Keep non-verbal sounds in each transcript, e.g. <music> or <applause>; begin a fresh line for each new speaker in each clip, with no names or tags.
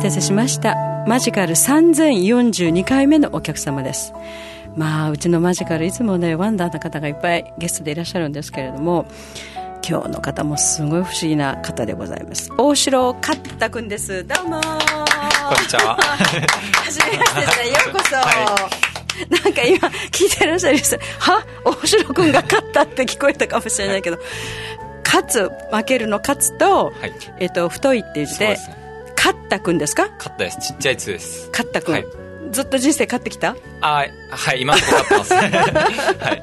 達せしましたマジカル3042回目のお客様ですまあうちのマジカルいつもねワンダーな方がいっぱいゲストでいらっしゃるんですけれども今日の方もすごい不思議な方でございます大城勝太くんですどうも
こんにち
<laughs>
は。
はじめましてですねようこそ、
は
なんか今聞いてらっしゃる人は大城君が勝ったって聞こえたかもしれないけど、勝つ負けるの勝つと,、
はい
えっと太いっていう字
そう
で
ですね
勝った君ですか
勝ったです。ちっちゃいつです。
勝った君、
はい
ずっと人生勝ってきた
あーはい、今のとこ勝っ
<laughs>
てます。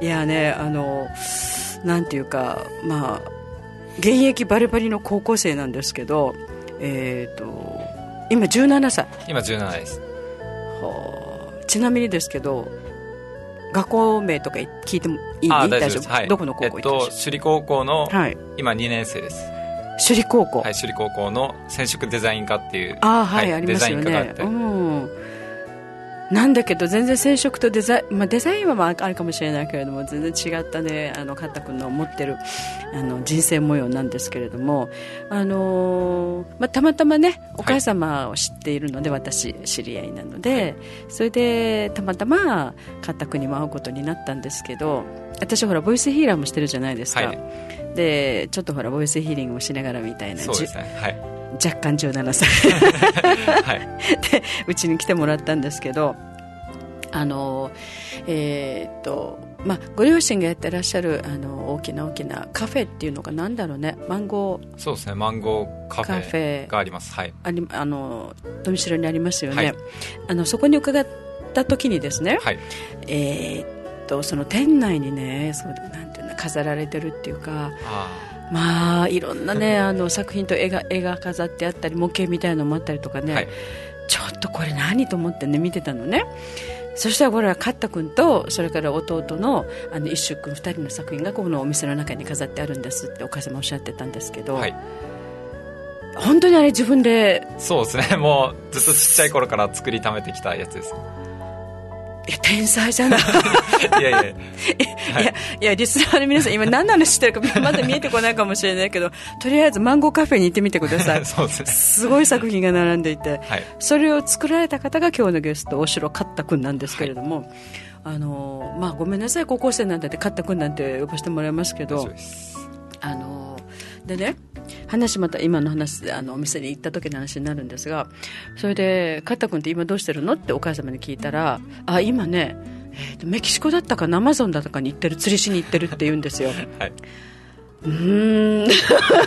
いやねあのなんていうかまあ現役バリバリの高校生なんですけどえっ、と今17歳
今17です。
はあちなみにですけど学校名とか聞いてもいい
あー
大丈
はい。
どこの高校行
えっ
ってらっ
と、
し
首里高校の、
ゃるはい
今2年生です。
首里高校、
はい、首里高校の染色デザイン科っていう、
ああはい、あり
デ
ま
ザ
す
イ
よ
ン科があ
ね
って
う、んなんだけど全然染色とデザイン、まあ、デザインはまああるかもしれないけれども全然違ったねあのカッタ君の持ってるあの人生模様なんですけれども、あのーまあ、たまたまねお母様を知っているので、私知り合いなので、それでたまたまカッタ君にも会うことになったんですけど私ほらボイスヒーラーもしてるじゃないですか、
はい
でちょっとほらボイスヒーリングもしながらみたいな、
そうですね。はい。
じゅ若干17歳
はい。
でうちに来てもらったんですけどあのえーっとまあ、ご両親がやってらっしゃるあの大きな大きなカフェっていうのがなんだろうねマンゴー
そうですね。マンゴーカフ
カフェ
ェがあります。はい。
ありあの富城にありますよね、
はい
あのそこに伺った時にですね、
はい。
えーっとその店内にねそうなんていうの飾られてるっていうか
あ
まあいろんなね <laughs> あの作品と絵が絵が飾ってあったり模型みたいなのもあったりとか
ー
ね、
はい。
ちょっとこれ何と思ってね見てたのねそしたらこれは勝太君とそれから弟のあの一周君二人の作品がこのお店の中に飾ってあるんですってお母様おっしゃってたんですけど、
はい。
本当にあれ自分で
そうですね。 <laughs> もう、ずっとちっちゃい頃から作りためてきたや
<laughs>
つです。
いや天才じゃ
<laughs>
ない
いやいや、はい
いや、いや、リスナーの皆さん、今何の話してるか、まだ見えてこないかもしれないけど、とりあえずマンゴーカフェに行ってみてくださ
<laughs>
い。
そうですね。
すごい作品が並んでいて、
はい。
それを作られた方が今日のゲスト、大城勝太君なんですけれども、あの、まあ、ごめんなさい、高校生なんだって、勝太君なんて呼ばせてもらいますけ
大丈夫
ど
で、す。
あの、でね、話また今の話あのお店に行った時の話になるんですがそれで「勝太君って今どうしてるの?」ってお母様に聞いたら「あ今ね、えーとメキシコだったかなアマゾンだったかに行ってる釣りしに行ってる」って言うんですよ。
はい。
うーん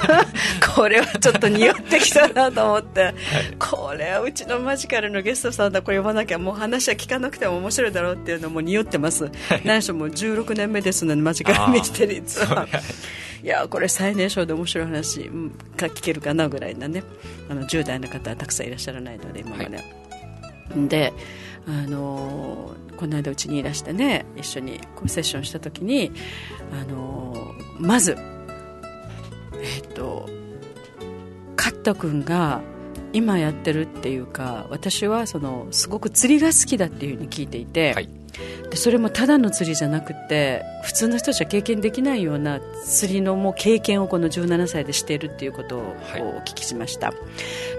<laughs> これはちょっと匂ってきたなと思って、これはうちのマジカルのゲストさんだこれ呼ばなきゃもう話は聞かなくても面白いだろうっていうのも匂ってます、何しろもう16年目ですのでマジカルミステリーズ <laughs> は
あーそうね
いやこれ最年少で面白い話うんが聞けるかなぐらいなねあの10代の方はたくさんいらっしゃらないので今まで、であのーこの間うちにいらしてね一緒にこうセッションした時にあのーまずえっとカット君が今やってるっていうか私はそのすごく釣りが好きだっていうふうに聞いていて、
はい。
でそれもただの釣りじゃなくて普通の人じゃ経験できないような釣りのもう経験をこの17歳でしているっていうことを
はい
お聞きしました、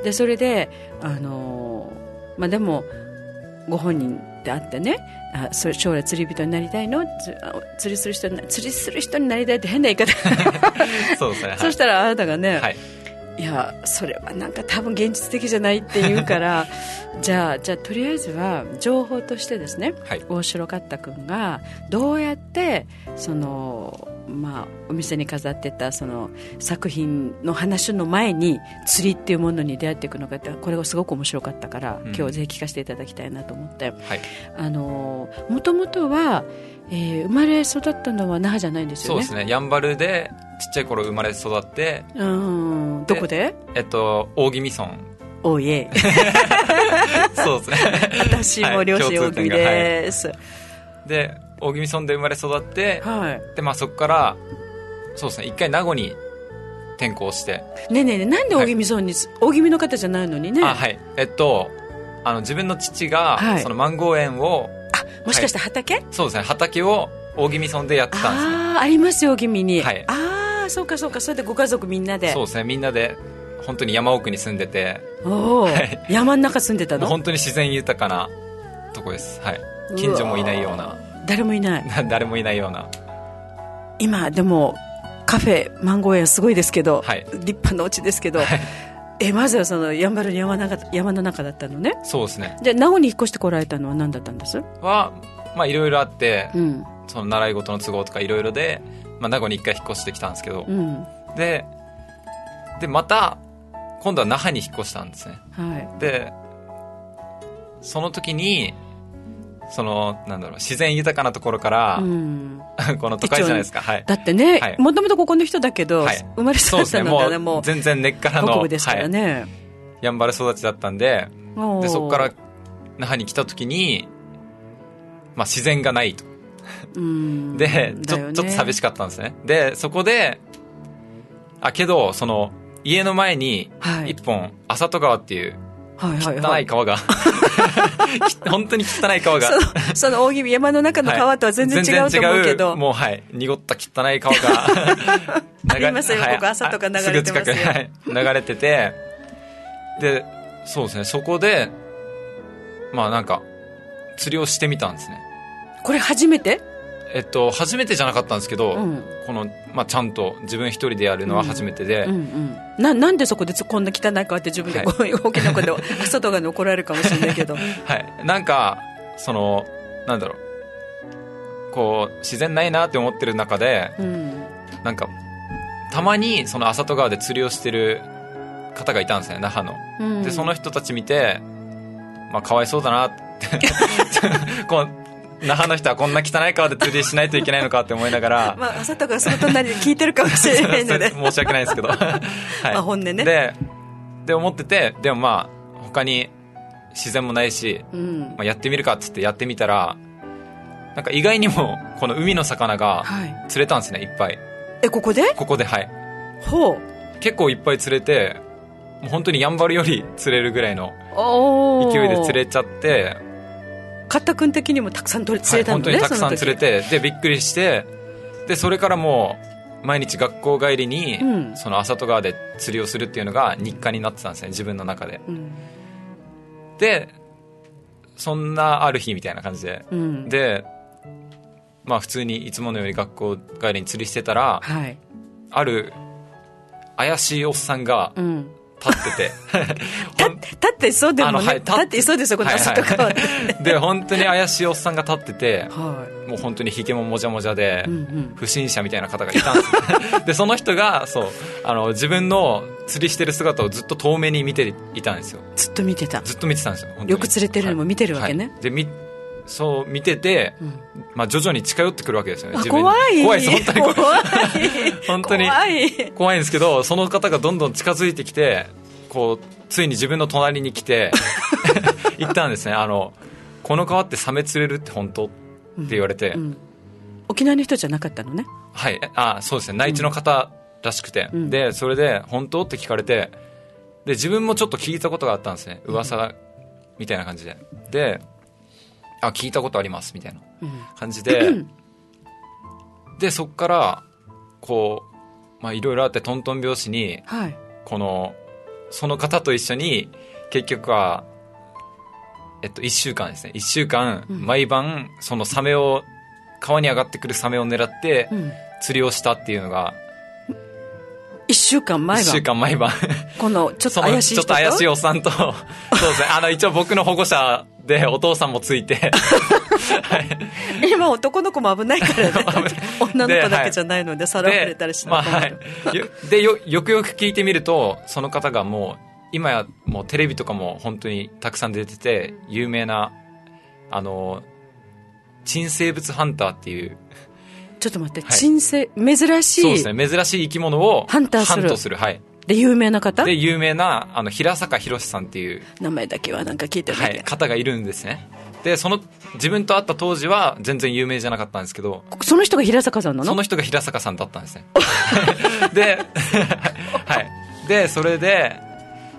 でそれであのー、まあ、でもご本人であってねあそれ将来釣り人になりたいのつあ釣りする人にな釣りする人になりたいって変な言い
<laughs>
方、
そうですね。はい。
そしたらあなたがね、
はい。
いやそれはなんか多分現実的じゃないって言うからじゃあじゃあとりあえずは情報としてですね、
はい
大城勝太君がどうやってその、まあ、お店に飾ってたその作品の話の前に釣りっていうものに出会っていくのかってこれがすごく面白かったから、
うん
今日ぜひ聞かせていただきたいなと思って
はい。
あのもともとは、えー生まれ育ったのは那覇じゃないんですよ
そう
ね
ですね。やんばるで、ちっちゃい頃生まれ育って、
うんどこで
えっと、大宜味村。
<laughs> おい
<laughs>
え
そうですね。
私も両親大きいです。
で、大宜味村で生まれ育って、
はい。
で、まあそこから、そうですね、一回名護に転校して、
ねえねえねえ、なんで大宜味村に、大宜味の方じゃないのにね。
あ、はい。えっと、あの、自分の父が、
はい
そのマンゴー園を、
あもしかして畑、
そうですね、畑を大宜味村でやってたんですね。
ああ、ありますよ、大宜味に。
はい
ああ、そうかそうか、それでご家族みんなで。
そうですね、みんなで本当に山奥に住んでて
おお、
はい
山の中住んでた
もう
の
本当に自然豊かなとこですはい近所もいないような <laughs>
誰もいない
な誰もいないような
今でもカフェマンゴー園すごいですけど、
はい
立派なお家ですけど、
はい
えまずはそのやんばるの山の中山の中だったのね
そうですね
じゃあ名古屋に引っ越してこられたのは何だったんです
はまあいろいろあって、
うん
その習い事の都合とかいろいろで、まあ、名護に一回引っ越してきたんですけど、
うん
ででまた今度は那覇に引っ越したんですね
はい
でその時にそのなんだろう自然豊かなところから、
うん、
<laughs> この都会じゃないですかはい
だってね、
はい
もともとここの人だけど、
はい
生まれ
そう
育
で
っ
す
た
ね
の
も
がねも
う
う
全然根っか
北
らの
部ですからね、
はい、やんばる育ちだったんで
おー
でそこから那覇に来た時に、まあ、自然がないと
うん
で、ちょ
だよね
ちょっと寂しかったんですね。で、そこで、あ、けど、その、家の前に、
はい
一本、浅戸川っていう、
はいはい
汚
はい <laughs>
川が、き本当に汚い川が、
その大宜味山の中の川とは全然違うと思うけど、
全然違うもう、はい、濁った汚い川が、
<laughs> ありますよここ朝とか流れてますよ
ぐ近く、はい、流れてて、で、そうですね、そこで、まあなんか、釣りをしてみたんですね。
これ初めて、
えっと、初めてじゃなかったんですけど、
うん
この、まあ、ちゃんと自分一人でやるのは初めてで、
うんうん、ななんでそこでつこんな汚い川って自分でこういう大きな声で外側に怒られるかもしれないけ
<laughs>
ど
はい。なんか、その、なんだろう。こう、自然ないなって思ってる中で、
うん
なんか、たまに、その、浅戸川で釣りをしてる方がいたんですね、那覇の。
うん
で、その人たち見て、まあ、かわいそうだ
<laughs>
なって。こう、那覇の人はこんな汚い川で釣りしないといけないのかって思いながら、
まあ朝とかその隣で聞いてるかもしれないので
<laughs> それ申し訳ない
<laughs>
ですけど。はい
まあ本音ね
で、で思ってて、でもまあ、他に自然もないし、
うん
まあ、やってみるかっつってやってみたら、なんか意外にも、この海の魚が
はい
釣れたんですね、いっぱい。
えここで
ここで、はい。
ほう
結構いっぱい釣れて、もう本当にやんばるより釣れるぐらいの
おー
勢いで釣れちゃって、
カッタ君的にもたくさん取れ釣れた
は
の
い本当
ね、
にたくさん釣れ
て
て、で、びっくりして、で、それからもう、毎日学校帰りに、
うん
その浅戸川で釣りをするっていうのが日課になってたんですね、自分の中で。
うん
で、そんなある日みたいな感じで。
うん
で、まあ普通にいつものより学校帰りに釣りしてたら、
はい
ある怪しいおっさんが
うん
立って
立っ立っていそうでも
あのは
ね
い立
立
っ
っていそうですよこの朝とかは
はいて、 <laughs> で、本当に怪しいおっさんが立ってて、
は
もう本当にひげももじゃもじゃで、
いうんうん
不審者みたいな方がいたんです
<laughs>
よでその人がそうあの自分の釣りしてる姿をずっと遠目に見ていたんですよ
ずっと見てた
ずっと見てたんですよ本当に
よく釣れてるのも見てるわけね
はいでみそう見てて、
ん
まあ、徐々に近寄ってくるわけですよね
あ
自分に
怖い
怖いです本当に怖い
怖い
<laughs> 本当に
怖い
怖いんですけどその方がどんどん近づいてきてこうついに自分の隣に
<laughs>
来て言ったんですねあの「この川ってサメ釣れるって本当?」って言われて、
うん沖縄の人じゃなかったのね
はいあそうですね内地の方らしくて、
うん
でそれで「本当?」って聞かれてで自分もちょっと聞いたことがあったんですね噂みたいな感じでで「あ聞いたことあります」みたいな
うん
感じででそっからこうまあいろいろあってトントン拍子に
はい
このその方と一緒に結局は、えっと、1週間ですね1週間
うん
毎晩そのサメを川に上がってくるサメを狙って
うん
釣りをしたっていうのが
一週間
1
前は
週間毎晩
このちょっ
そ
と
の
怪しい
ちょ
人
っと怪しいおっさ
<laughs>
んとそうですねあの一応僕の保護者でお父さんもついて
<laughs> 今男の子も危ないからね
<laughs>
女の子だけじゃないのでさらわれ
で
たりし
まあ
な
は
困
い <laughs>
る、
よでよよくよく聞いてみるとその方がもう今やもうテレビとかも本当にたくさん出てて有名なあの珍生物ハンターっていう
ちょっと待って
はい
珍生珍し
そう
い
ですね珍しい生き物を
ハンターする
ハントするはい
で有名な方
で有名なあの平坂博さんっていう、
名前だけはなんか聞いてる
は
だ
い、
け
方がいるんですねでその自分と会った当時は全然有名じゃなかったんですけど
その人が平坂さんな
そ
の
の人が平坂さんだったんですね。 <laughs> で、 <laughs> はい。で、それで、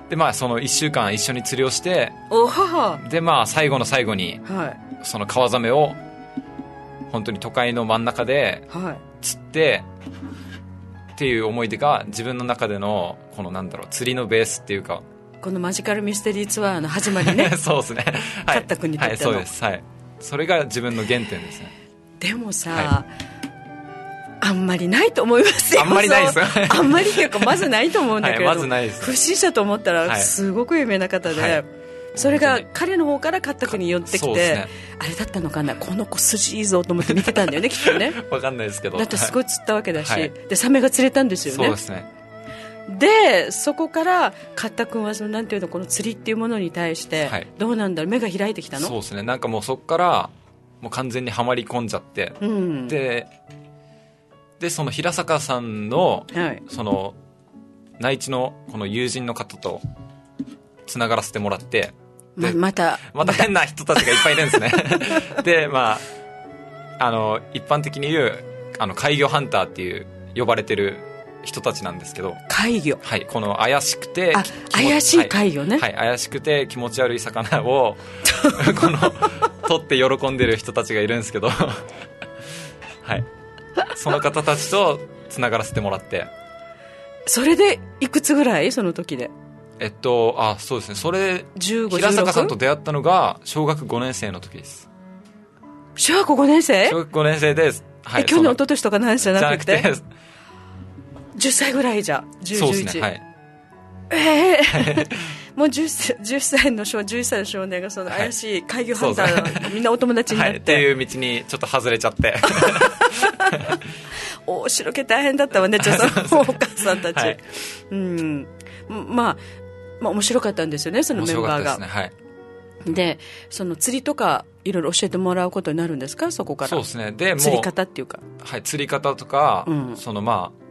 で、まあ、その1週間一緒に釣りをして、
おは
で、まあ、最後の最後に、
ははい
その川ザメを、本当に都会の真ん中で
はい
釣って、っていう思い出が自分の中でのこのなんだろう釣りのベースっていうか
このマジカルミステリーツアーの始まりね
<laughs> そうですねはい
勝った国とっての
はいそうですはいそれが自分の原点ですね
でもさ、
は
あんまりないと思いますよ
あんまりないですよ
そうあんまりっていうかまずないと思うんだけれど、
はいまずないです
不審者と思ったら
はい
すごく有名な方で、
はい
それ
本
が
当に
彼の方から勝った国に寄ってき
そう
て、
ですね
あれだったのかなこの子筋いいぞと思って見てたんだよ
<laughs>
ねきっとね
わかんないですけど
だってす
は
ごい釣ったわけだし、
はい
でサメが釣れたんです
い
よ
そう
ね
ですね
でそこから勝田君はそのなんていうのこの釣りっていうものに対して、
はい
どうなんだろう目が開いてきたの
そうですねなんかもうそこからもう完全にはまり込んじゃって、
うん
ででその平坂さんの
はい、
その内地のこの友人の方とつながらせてもらって
ま
で
また
また変な人たちがいっぱいいるんですね
<laughs>
でまああの一般的に言うあの怪魚ハンターっていう呼ばれてる人たちなんですけど
怪魚
はいこの怪しくて
あ
き気持ち
怪しい怪魚ね、
はい、怪しくて気持ち悪い
<laughs>
魚をこの取って喜んでる人たちがいるんですけど <laughs> はいその方たちとつながらせてもらって
それでいくつぐらいその時で
えっとあそうですねそれ
15
平坂さんと
16
出会ったのが小学5年生の時です
小学校5年生
小学5年生ですは
え去年一
その
昨年とか何歳じゃ
じゃ
な
な
く
く
て
て
10歳ぐらいじゃ1011
そうですねはい
ええ <laughs> もう 10, 歳10歳の少11歳の少年がその怪しい怪魚ハンタ
そう
ーのみんなお友達に
は、
ないっ
って
て、
いう道にちょっと外れちゃって
おお白け大変だったわねちょっとお母さんたち、
はい
うんまあまあ面白かったんですよねその
面
<laughs> メン
白か
バー
ったで
が
すねはい
で,、その釣りとかいろいろ教えてもらうことになるんですかそこから
そうですねでもう
釣り方っていうか
はい、釣り方とか、
うん
そのまあ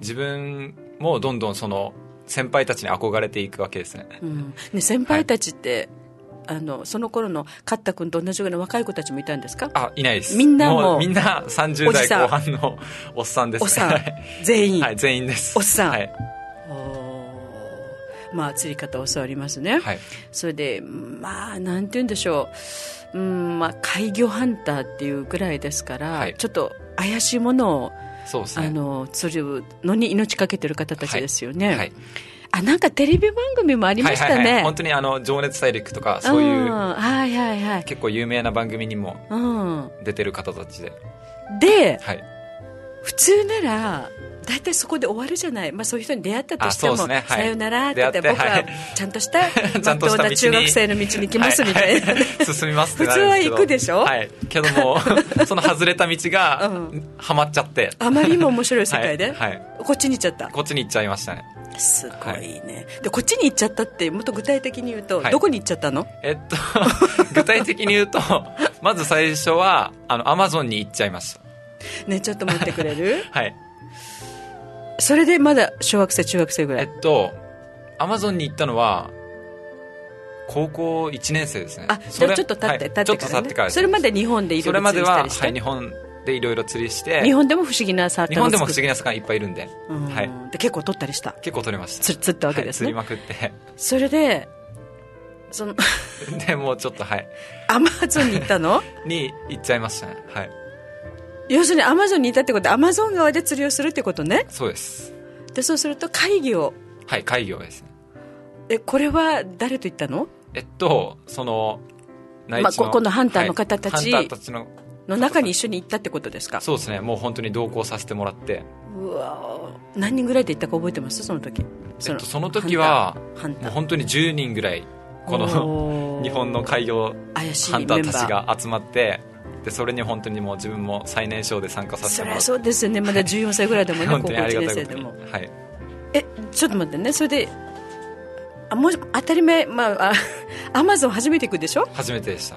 自分もどんどんその先輩たちに憧れていくわけですね
うんね、先輩たちって、あのその頃の勝田君と同じぐらいの若い子たちもいたんですか
あいないです
みんなもう
みんな30
おじ
代
さん
後半のおっさんですね
おっさん
はい
全員、
はい全員です
おっさん
はい、
おーまあ釣り方を教わりますね、
はい、
それでまあなんて言うんでしょう、うんまあ、怪魚ハンターっていうぐらいですから、
はい
ちょっと怪しいものを
そうです
あ
ね
の釣るのに命かけてる方たちですよね、
はい、はい
あなんかテレビ番組もありました
はいはいはい
ね
本当にあの「情熱大陸」とかそうい
ん
う
はいはいはい、
結構有名な番組にも
うん、
出てる方たちで、
で
はい、
普通なら大体そこで終わるじゃない、まあ、そういう人に出会ったとしても
あそうですねはい
さよならって言って
出会っ
僕
て
は
はい
ちゃんとした
<laughs> ちゃ
まっ
んと
と
し
う
た道
な
に
中学生の道に行きますみたいな、
はは <laughs> 進みますってな
普通
るん
は
ですけど
行くでしょ
はい、けども
<laughs>
その外れた道が、
うん
はまっちゃって
<laughs> あまりにも面白い世界で、
はいはい
こっちに行っちゃった
こっちに行っちゃいましたね
すごいね、でこっちに行っちゃったってもっと具体的に言うと、
はい
どこに行っちゃったの
えっと <laughs> 具体的に言うとまず最初はあのアマゾンに行っちゃいました
ねちょっと待ってくれ
<laughs>
る
はい
それでまだ小学生中学生ぐら
え
い
っとアマゾンに行ったのは高校1年生ですね
あじ
そ
ゃあ
れ
ちょっと経って、
はい
経っ
ちょ
て
っ
か
と
ら、
経
ね、
ってからです
それまで日本でいろ
そ
いろ
れまで
釣りした
は、
りして、
はい、日本でいろいろ釣りして
日本でも不思議なサー
日
ター
本
を
で
作
も
っ
不思議な魚いっぱいいるんで、
うん
はい、
で結構取ったりした
結構取れました
釣釣ったわけですね、
はい、釣りまく
それでその <laughs>
って <laughs> でもうちょっとはい
アマゾンに行った
<laughs>
の
に行っちゃいましたねはい
要するにアマゾンにいたってことはアマゾン川で釣りをするってことね
そうです
でそうすると会議を
はい海魚ですね
えこれは誰と行ったの
えっとその内
まあ
地の
ここのハンターの方たち
はいハンターたちの
の中に一緒に行ったってことですか
そうですねもう本当に同行させてもらって
うわー何人ぐらいで行ったか覚えてますその時
えっとその時は
ハンター
もう
ハン
本当に10人ぐらい
ター
この <laughs> 日本の海
洋
洋
怪しい
ハ
メ
ン
ン
タ
バ
ーたち
ー
が集まってでそれに本当にもう自分も最年少で参加させ
そ
ても
り
ら
ゃ
って
そうですよねまだ14歳ぐらいでもね
<laughs> 本
高
当
校
にあり
1
が
年生
た
で
いことに
も
はい
えちょっと待ってねそれであもし当たり前まああ <laughs> アマゾン初めて行くでしょ
初めてでした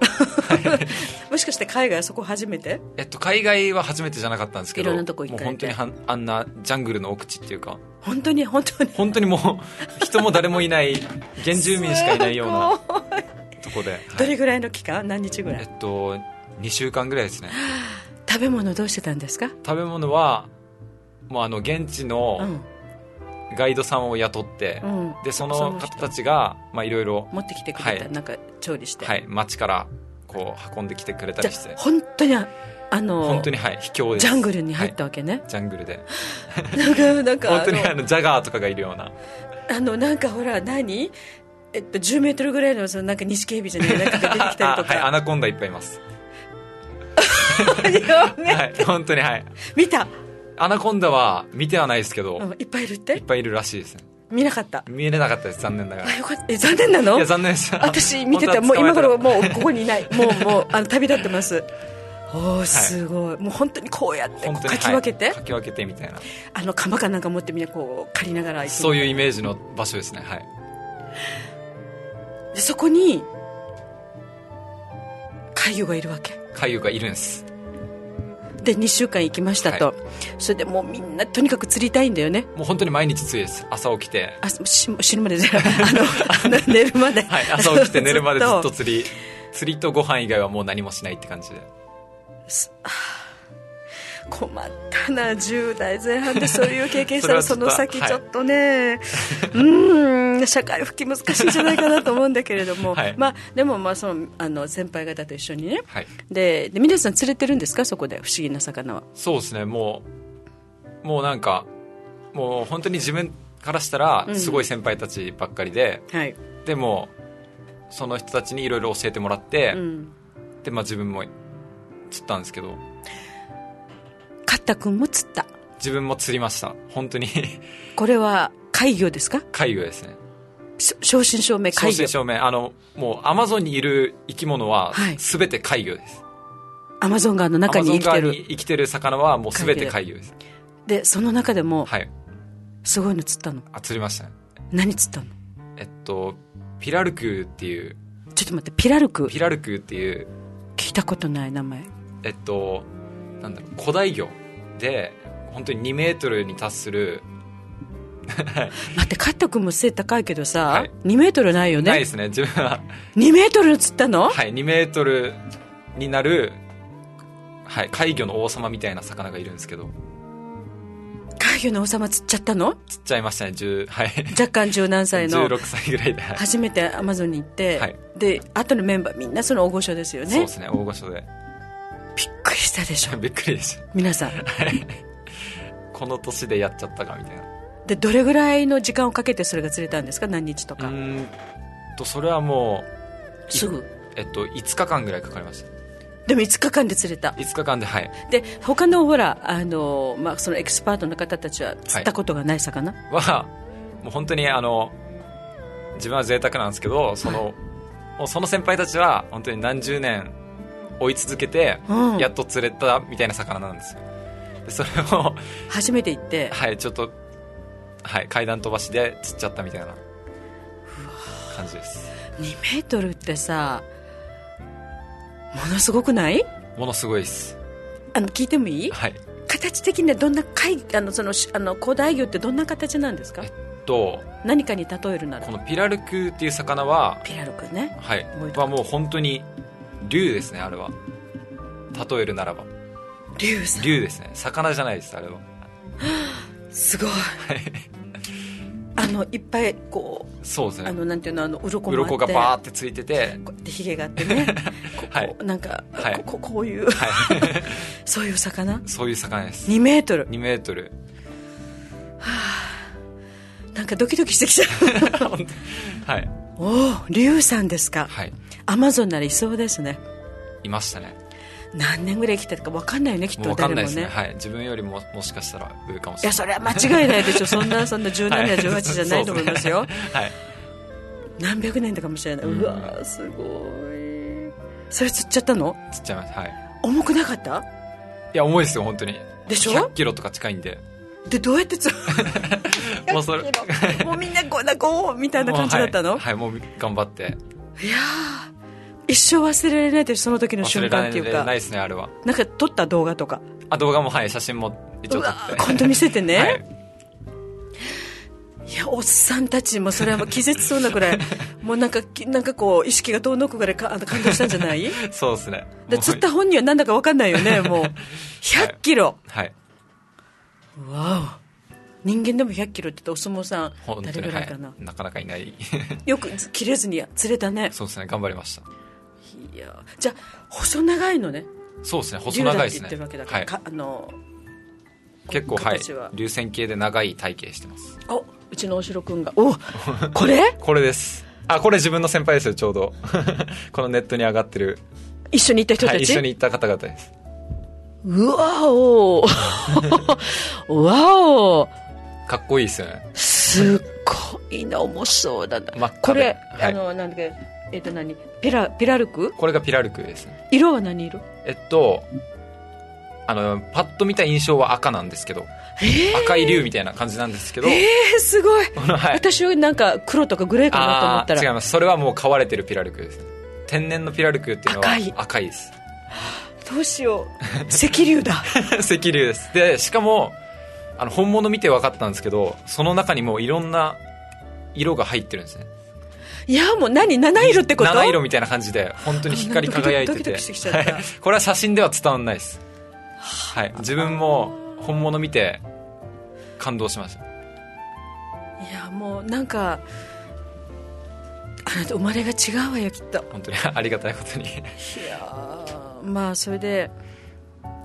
<laughs>
もしかして海外はそこ初めて
えっと海外は初めてじゃなかったんですけど
いろんなとこ行かれて
もう本当にはんあんなジャングルの奥地っていうか
本当に本当に
本当にも
<laughs>
う人も誰もいない原住民しかいないような
すごい
とこで、はい
どれぐらいの期間何日ぐら
え
い
っと2週間ぐらいですね
食べ物どうしてたんですか
食べ物はもうあの現地の、
うん
ガイドさんを雇って、
うん
でそ
そ
の
の人
方たちがまあいろいろ、
持ってきてくれた、
はい
なんか調理して、
はい、町からこう運んできてくれた
じゃ
りして
あ本当にあの
本当にはい秘境です
ジャングルに入った
は
わけね
い、ジャングルで
なんかなんか
本当に
あ
あ
の
のジャガーとかがいるような
あのなんかほら何えっと、10メートルぐらいのそのなんか錦エビじゃないなんかが出てきた
あ
りと
<laughs> はい
<laughs>
ア
か、
ナコンダいっぱいいます
やめ
はい本当にはい
見た、
アナコンダは見てはないですけど、
うんいっぱいいるっ
いってぱいいるらしいですね
見なかった
見れなかったです残念ながら
あ
い
よかったえ残念なの
や残念です
私見てたもう今頃もうここにいないもうもうあの旅立ってますおおすごい、もう本当にこうやってこうかき分けて、
かき分けてみたいな
あの釜かなんか持ってみんなこう借りながら行って
そういうイメージの場所ですねはい
でそこに海魚がいるわけ
海遊がいるんです
で2週間行きましたと、
は
それでもうみんなとにかく釣りたいんだよね
もう本当に毎日ついです朝起きて
あし死ぬまでじゃないあのあの寝るまで、
はい朝起きて寝るまでずっと
<laughs> ず
釣り釣りとご飯以外はもう何もしないって感じで
困ったな10代前半でそういう経験したらそ
それ
の
はちょっと
先ちょっとね、うーん社会復帰難しいんじゃないかなと思うんだけれども、
はい
まあ、でもまあそのあの先輩方と一緒にね
はい
でで皆さん釣れてるんですかそこで不思議な魚は
そうですねもうもうなんかもう本当に自分からしたら
うん
すごい先輩たちばっかりで、
はい、
でもその人たちにいろいろ教えてもらって、
うん、
でまあ自分も釣ったんですけど
カッタ君も釣った
自分も釣りました本当に <laughs>
これは海魚ですか
海魚ですね
し正真正銘
正
海
真
魚
正銘あのもうアマゾンにいる生き物は
はい
全て海魚です、
アマゾン川の中
アマ
に生き
ゾン川
て
に
る
生きてる魚はもう全て海魚です
でその中でも
はい
すごいの釣ったの
あ釣りましたね
何釣ったの
えっとピラルクっていう
ちょっと待ってピラルク
ピラルクっていう
聞いたことない名前
えっとなんだろう古代魚で本当に2メートルに達する
待ってカッタ君も背高いけどさ、
はい
2メートルないよ
ないで
ね
すね自分は
2メートルの釣ったの
はい、2メートルになる、はい、海魚の王様みたいな魚がいるんですけど、
海魚の王様釣っちゃったの
釣っちゃいましたね、10、はい。
若干十何歳の
16歳ぐらいで、はい
初めてアマゾンに行って、
はい
で後のメンバーみんなその大御所ですよ
そう
ね
ですね、大御所で。
びっくりしたで
<laughs>
しょ
びっくりでした。
皆さん
この年でやっちゃったか、みたいな。
でどれぐらいの時間をかけてそれが釣れたんですか何日と
う
か、
ーんと、それはもう、
すぐ
えっと、5日間ぐらいかかりまし
でも5日間で釣れた
た。5日間で、はい。
で他のほらあの、まあ、そのエキスパートの方たちは釣ったことがない魚、
は、もう本当に、あの、自分は贅沢なんですけど、その、もうその先輩たちは、本当に何十年追い続けて、
うん
やっと釣れたみたいな魚なんですよでそれを
初めて行って
はいちょっとはい階段飛ばしで釣っちゃったみたいな感じです
2メートルってさものすごくない
ものすごいです
あの聞いてもいい
はい
形的にはどんな貝あのそのしあの古代魚ってどんな形なんですか
えっと
何かに例えるなら
このピラルクっていう魚は
ピラルクね
はい
もう一個
はもう本当に竜ですねあれは例えるならば
竜さん
竜ですね魚じゃないですあれは
すごいあのいっぱいこ
そうです
うあ
ね
のなんていうのあの鱗もあって
鱗がバーってついてて
こうやってひげがあってね
<laughs>
こ
はい
こうなんか、
はい
こここういう、
はい
<laughs> そういう魚
そういう魚です
2メートル
2メートル
なんかドキドキしてきちゃう
はい <laughs>
おお竜さんですか
はい
アマゾンならいそうですね
いましたね
何年ぐらい生きてたか分かんないよねきっ
も
と
う分か
誰
んない
も
ですね
ね
はい自分よりももしかしたら上かもし
い
れ
や
ない
それは間違いないでしょそんなそんな17
はい
や18じゃないと思いますよ
はい
何百年だかもしれないうわーすごいそれ釣っちゃったの
釣っちゃいますはい
重くなかった
いや重いですよ本当に
でしょ
100キロとか近いんで
でどうやって釣る
<laughs> もうそれ
<laughs> もうみんなこうなこうみたいな感じだったの、
もうはい、はいもう頑張って
い、やー一生忘れられないでしょその時の
忘
瞬
れら
間っ
れ
ていう
な
か
いですねあれは
なんか撮った動画とか
あ動画もはい写真も一
う
応撮
わ
って
ー今度見せてね、
<laughs> はい
い、やおっさんたちもそれはもう気絶そうなぐらいもうなんかきなんかこう意識が遠のくぐらいかあの感動したんじゃない
そうですね
で
もう
釣った本人はなんだか分かんないよ
<laughs>
ねもう100キロ、
はい
わお人間でも100キロって言ったらお相撲さん
本当
誰
に
ぐ
は
らいか
い
な、
なかなかいない <laughs>
よく切れずに釣れたね
そうですね頑張りました
いやじゃあ細長いのね
そうですね細
竜だっ
長い
て言っ
ですね
てるわけだから、
はい
かあの
結構はい
形は
流線形で長い体型してます
おうちのお城くんが
<laughs>
おこれ
これですあこれ自分の先輩ですよちょうど <laughs> このネットに上がってる、
一緒に行った人
は
た
い、一
ち、
緒に行った方々です
うわお
<laughs>
わお
かっこいいですよね
すっごいな面白いだな
真っ赤で
これ、
はい
あのなんだっけえっ、と何ペラペラルク
これがピラルクですね
色は何色
えっとあのパッと見た印象は赤なんですけど、赤い竜みたいな感じなんですけど、
えー、すごい、
この <laughs> はい
私なんか黒とかグレーかなと思
あ
った
ー違い
ら
ますそれはもう飼われてるピラルクです天然のピラルクっていうのは
赤い
赤いです
どうしよう石竜 <laughs> だ
石竜ですでしかもあの本物見て分かったんですけどその中にもういろんな色が入ってるんですね
いやもう何七色ってこと
七色みたいな感じで本当に光り輝いて
ドキド
て
キしてきちゃった
はいこれは写真では伝わんないです、はい、自分も本物見て感動しました
いやもうなんかあなた生まれが違うわよきっと
本当にありがたいことに
いやーまあそれで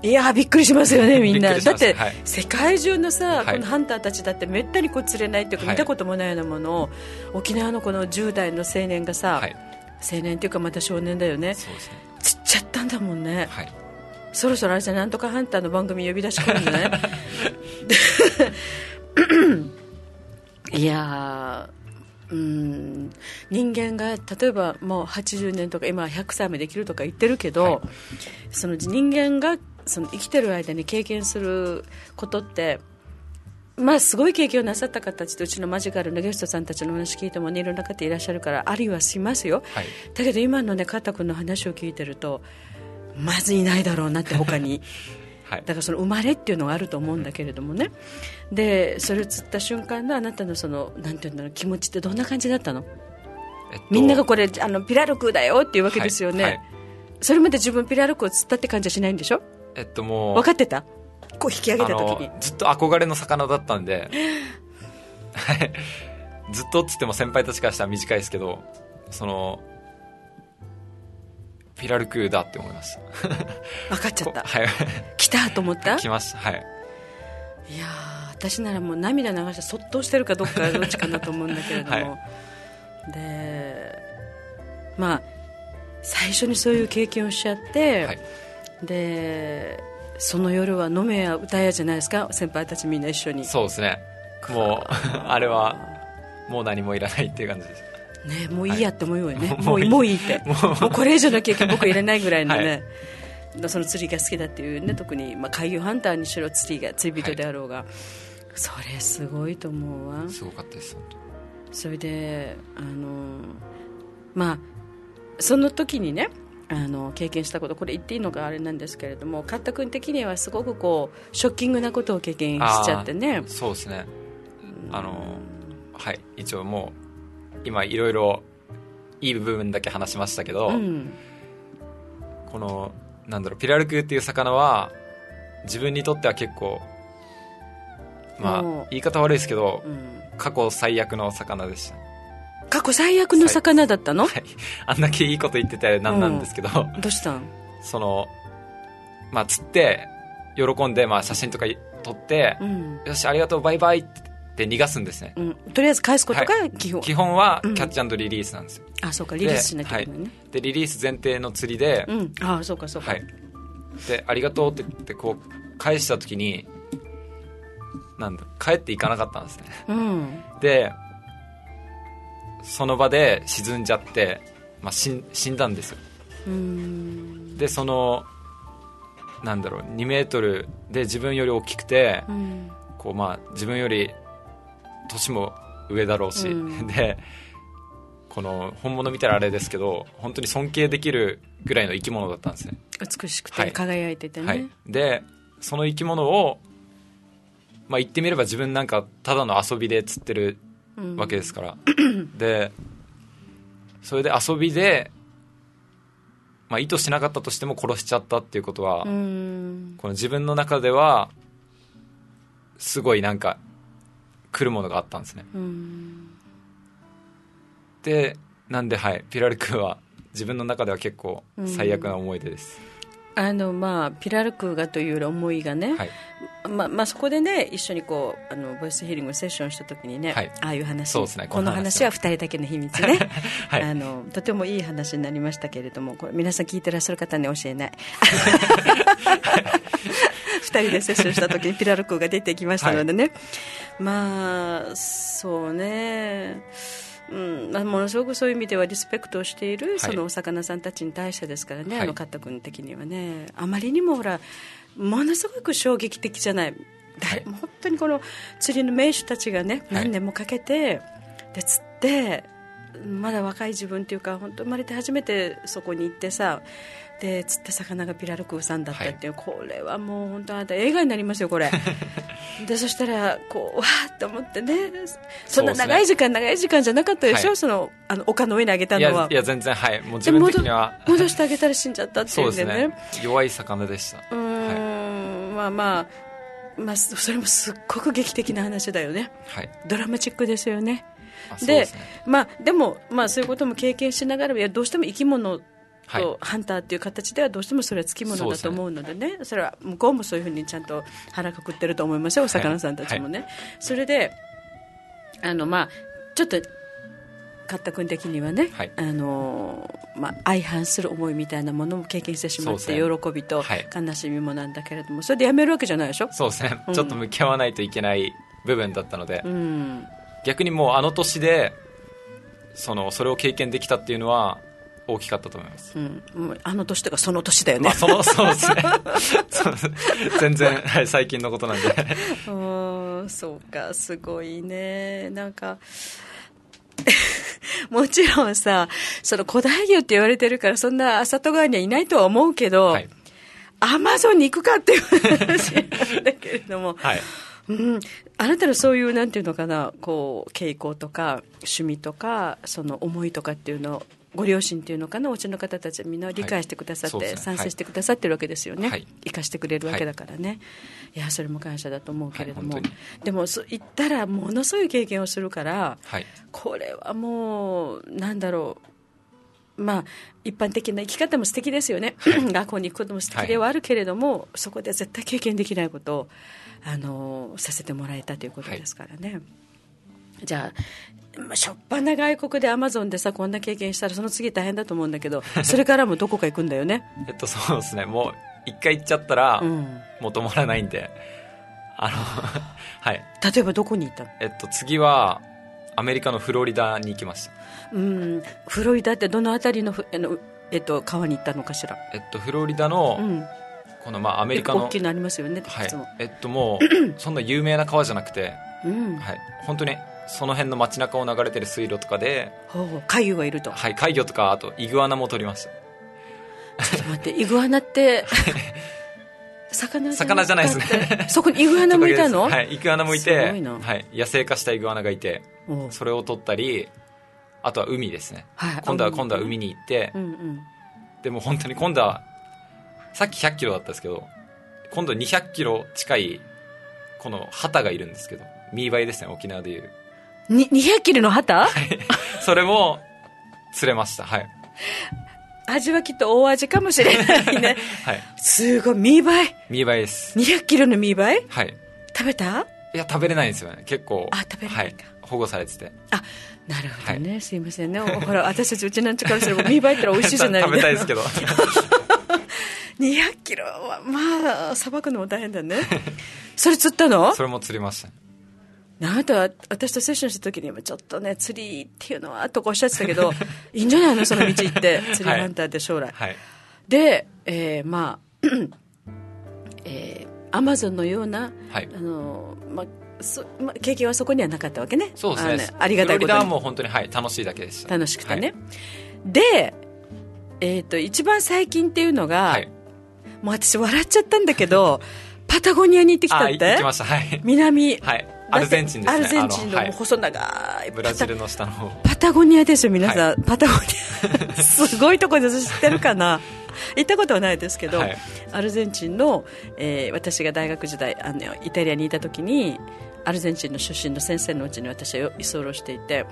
いやーびっくりします <laughs> よねみん
びっ
な
くりし
だ
ま
っ
す
て、
はい
世界中のさ、
はい
このハンターたちだってめったにこう釣れないっていうか、
はい
見たこともないようなものを沖縄のこの10代の青年がさ、
はい
青年っていうかまた少年だよね
そうですね
釣っちゃったんだもんね
はい
そろそろあれじゃなんとかハンターの番組呼び出し来るんじゃない <laughs> いやーうん人間が例えばもう80年とか今は100歳まで生きるとか言ってるけど、
はい
その人間がその生きてる間に経験することってまあすごい経験をなさった方たちとうちのマジカルのゲストさんたちのお話聞いてもねいろんな方いらっしゃるからありはしますよ、
はい
だけど今のねカタ君の話を聞いてるとまずいないだろうなって他に
はい
だからその生まれっていうのがあると思うんだけれどもねでそれを釣った瞬間のあなたのそのなんていうんだろう気持ちってどんな感じだったの
えっと
みんながこれあのピラルクだよっていうわけですよね、
はいはい
それまで自分ピラルクを釣ったって感じはしないんでしょ
えっともう
分かってたこう引き上げ
あ
た時に
のずっと憧れの魚だったんで <laughs> はいずっとっつっても先輩たちからしたら短いですけどそのピラルクーだって思いました
分かっちゃった
<laughs> はい
来たと思った
来ましたはい
いやー私ならもう涙流してそっとしてるかどっかどっちかなと思うんだけれども、
は
でまあ最初にそういう経験をしちゃって、
はい
でその夜は飲めや歌えやじゃないですか先輩たちみんな一緒に
そうですねもうあれはもう何もいらないっていう感じです
ね、もういいやって思うよね、
はい
もういいも
も
う
う
い
い
い
い
って
も
もうこれ以上の経験僕いらないぐらいの
は
ね、その釣りが好きだっていうね特に、まあ、海遊ハンターにしろ釣りが釣り人であろうが、それすごいと思うわ
すごかったです本当
それであのまあその時にねあの経験したことこれ言っていいのかあれなんですけれども勝田君的にはすごくこうショッキングなことを経験しちゃってね
あーそうですねあのはい一応もう今いろいろいい部分だけ話しましたけど、
うん
このなんだろうピラルクっていう魚は自分にとっては結構まあ
もう
言い方悪いですけど、
うん、
過去最悪の魚でした
過去最悪の魚だったの、
あんだけいいこと言っててなんなんですけど、 <laughs>
どうしたん
そのまあ釣って喜んで、まあ、写真とか撮って
う、ん、
よしありがとうバイバイって逃がすんですね
うん、とりあえず返すことが基本、
基本は
うん
キャッチリリースなんですよ、
あそうかリリースしなきゃいけないね、
でリリース前提の釣りで、
うんあそうかそうか、
はい、で「ありがとう」って言ってこう返した時になんだ帰っていかなかったんですね
うん
でその場で沈んじゃって、まあ、死ん死んだんですよ
うん
でそのなんだろう2メートルで自分より大きくて
うん
こうまあ自分より年も上だろうし、
うん
でこの本物見たらあれですけど本当に尊敬できるぐらいの生き物だったんですね
美しく
は
て
い
輝いててね、
はい、でその生き物を、まあ、言ってみれば自分なんかただの遊びで釣ってる
うん
わけですから、でそれで遊びで、まあ、意図してなかったとしても殺しちゃったっていうことは、
うん
この自分の中ではすごいなんか来るものがあったんですね
うん
でなんではいピラル君は自分の中では結構最悪な思い出です、
あのまあ、ピラルクーガという思いがね、
はい。
まあまあ、そこでね一緒にこうあのボイスヒーリングセッションした時にね、
はい
ああいう話
そうですね
こ
こ
の
の
話
話
は
は
2人だけの秘密
<laughs>
ね、
はい
あのとてもいい話になりましたけれどもこれ皆さん聞いてらっしゃる方には教え
<laughs>
ない2人でセッションした時にピラルクーが出てきましたのでね、まあそうねうんまあ、ものすごくそういう意味ではリスペクトをしている、
い
そのお魚さんたちに対してですからね、
はい
あのカッタ君的にはねあまりにもほらものすごく衝撃的じゃない、だ
はい
本当にこの釣りの名手たちがね
はい
何年もかけて、で釣ってまだ若い自分っていうか本当生まれて初めてそこに行ってさで釣った魚がピラルクーさんだったっていう、これはもう本当あなた映画になりますよこれ
<laughs>
でそしたらこうわーっと思ってねそんな
そうですね
長い時間長い時間じゃなかったでしょ、
はい
そのあの丘の上にあげた
い
のは
や、いや、全然、はい。もう
で
自分的
戻
には、
戻してあげたら死んじゃったってい
そううんで
ですね
ね。弱い魚でした。
う
はい。
ーんまあまあ、まあ、そそれもすっごく劇的な話だよね
はい。
ドラマチックですよね
あ
で
そうですね。
まあ、でも、まあ、そういうことも経験しながらいやどうしても生き物
はい
とハンターっていう形ではどうしてもそれはつきもの
そう
だ
です
と
ね
思うのでねそれは向こうもそういうふうにちゃんと腹くくってると思いますよお魚さんたちもね、それであの、まあ、ちょっとカッタ君的にはね、
はい
あのまあ、相反する思いみたいなものも経験してしまっ
そ
て、
うですね
喜びと
はい
悲しみもなんだけれども、それでやめるわけじゃないでしょ。
そうですね
うん。
ちょっと向き合わないといけない部分だったので
う、ん
逆にもうあの年で、その、それを経験できたっていうのは、大きかったと思います。
うん、もうあの年とかその年だよね
まあ、
<laughs>
その、そうですね。そう全然、はい、最近のことなんで。
うーんそうかすごいねなんか <laughs> もちろんさその古代牛って言われてるからそんな浅戸川にはいないとは思うけど、
はい。
アマゾンに行くかっていう話なんだけれども、
はい。
うん、あなたのそういうなんていうのかなこう傾向とか趣味とかその思いとかっていうのをご両親っていうのかなお家の方たちはみんな理解してくださって、
はいそうですね
賛成してくださってるわけですよね、
はい
生かしてくれるわけだからね、い、やそれも感謝だと思うけれども、
はい本
でもそう行ったらものすごい経験をするから
はい。
これはもうなんだろうまあ、一般的な生き方も素敵ですよね、 <laughs> 学校に行くことも素敵ではあるけれども、そこで絶対経験できないことをあのさせてもらえたということですからね、じゃあ、まあ、しょっぱな外国でアマゾンでさこんな経験したらその次大変だと思うんだけ
<laughs>
どそれからもどこか行くんだよね、
えっと、そうですね。もう、一回行っちゃったら、
うん、
もう止まらないんで、あの、はい。
例えばどこに行ったの、
えっと、次は、アメリカのフロリダに行きました。
うん、フロリダってどの辺りのふあの、えっと、川に行ったのかしら、
えっと、フロリダ
う
の、
ん、
この、まあ、アメリ
結
カ
構
の
大、きいのありますよね、
はい
いつも、
えっと、
<clears throat>
もう、そんな有名な川じゃなくて、
うん、
はい。本当に、その辺の街中を流れてる水路とかで、
ほうほう海友がいると、
はい、怪魚とか、あと、イグアナも取りました。
ちょっと待って、イグアナ
<laughs>
って、魚
魚じゃないです
ね。 <laughs> そこにイグアナもいたの、
トカゲですはい、イグアナもい
す
て、
ごいな
はい、野生化したイグアナがいて、
おう
それを取ったり、あとは海ですね。
はい
今度は
うん
今度は海に行って
う、んうん。
でも本当に今度は、さっき100キロだったんですけど、今度200キロ近い、この旗がいるんですけど、ミーバイですね、沖縄でいう。
に200キロの旗
それも、釣れました。はい。
味はきっと大味かもしれない
<laughs>
ね。
はい。
すごい、見栄え。
ミーバイです。
200キロの見栄え
はい。
食べた
いや、食べれないんですよね。結構。
あ食べれないか
はい。保護されてて。
あ、なるほどね。すいませんね。おほら、私たちうちなんちからすれば見栄えったら美味しいじゃない
<laughs> 食べ
<laughs>
たいですけど。
200キロは、まあ、さばくのも大変だね。それ釣ったの
それも釣りました。
あなたは私とセッションした時にもちょっとね釣りっていうのはとかおっしゃってたけ
<laughs>
どいいんじゃないのその道行って釣りハンターで将来、
はい。
で、えーまあ、 <clears throat> えー、アマゾンのような、
はい
あのーまあそまあ、経験はそこにはなかったわけね
そうですね。
あのありがたいこ
フロリダ
と
は
に
もう本当に、はい、楽しいだけでした。
楽しくてね、
はい。
で、えー、と一番最近っていうのが、
はい。
もう私笑っちゃったんだけ
<laughs>
どパタゴニアに行ってきたっ
あ、
て
い行きました。はい。
南、
はい。アルゼンチンですね。
アルゼンチン
あは
の
い
細長い
ブラジルの下の方。
パタゴニアですよ、皆さん、パタゴニア、すごいとこです、知ってるか
<laughs>
な、行ったことはないですけど、
はい
アルゼンチンの、えー私が大学時代あの、イタリアにいた時に、アルゼンチンの出身の先生のうちに私は居候していて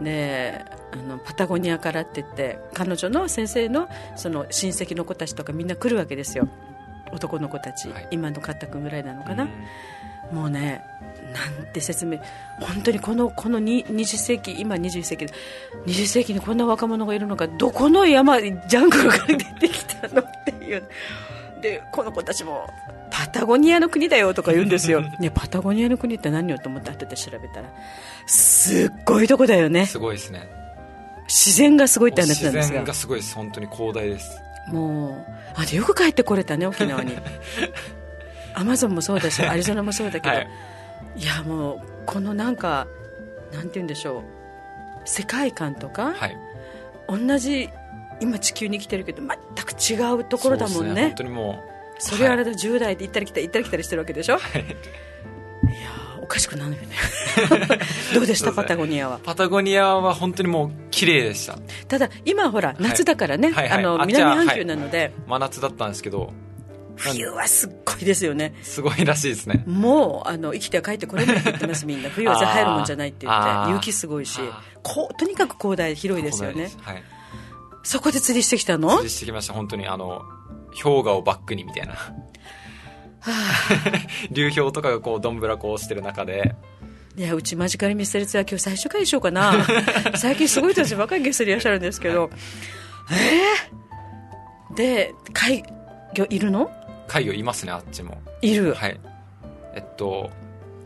であのパタゴニアからって言って彼女の先生のその親戚の子たちとかみんな来るわけですよ男の子たち、
はい
今のカッタ君ぐらいなのかな、
うん
もうねなんて説明本当にこのこのに20世紀今21世紀で20世紀にこんな若者がいるのかどこの山ジャングルから出てきたのっていうでこの子たちもパタゴニアの国だよとか言うんです
<laughs>
よ、ね、パタゴニアの国って何よと思って後で調べたらすっごいとこだよね
すごいですね。
自然がすごいって話な
自
んです
然
が
がすごいです。本当に広大です。
もうあでよく帰ってこれたね沖
<laughs>
縄にアマゾンもそうだしアリゾナもそうだけど、
はい
い、やもうこのなんかなんて言うんでしょう世界観とか、
はい。
同じ今地球に来てるけど全く違うところだも
そうんです
ね
本当にも
それあれだ、10代で行ったり来たり行ったり来たりしてるわけでしょ、い、やーおかしくなるよね <laughs> どうでしたパタゴニアは
うパタゴニアは本当にもう綺麗でした。
ただ今ほら夏だからね、
はいはいはい
あ
あ
の
っちは
南半球なので、
真夏だったんですけど、はい
冬はすっごいですよね
すごいらしいですね。
もうあの生きては帰ってこれないって言ってます、みんな、冬は絶対入るもんじゃないって言
あ
っ
ー
て、雪すごいし
あ、
こうとにかく広大、広いですよね、
はい。
そこで釣りしてきたの
釣りしてきました。本当にあの、氷河をバックにみたいな。 <laughs> 流氷とかがこう、どんぶらこうしてる中で、
いや、うち、マジカルミステリーツアー、今日最初回でしようかな、
<laughs>
最近すごい人たちばっかりゲストでいらっしゃるんですけど、えー、で、海魚いるの
海魚いますね、あっちも。
いる、
はい。えっと、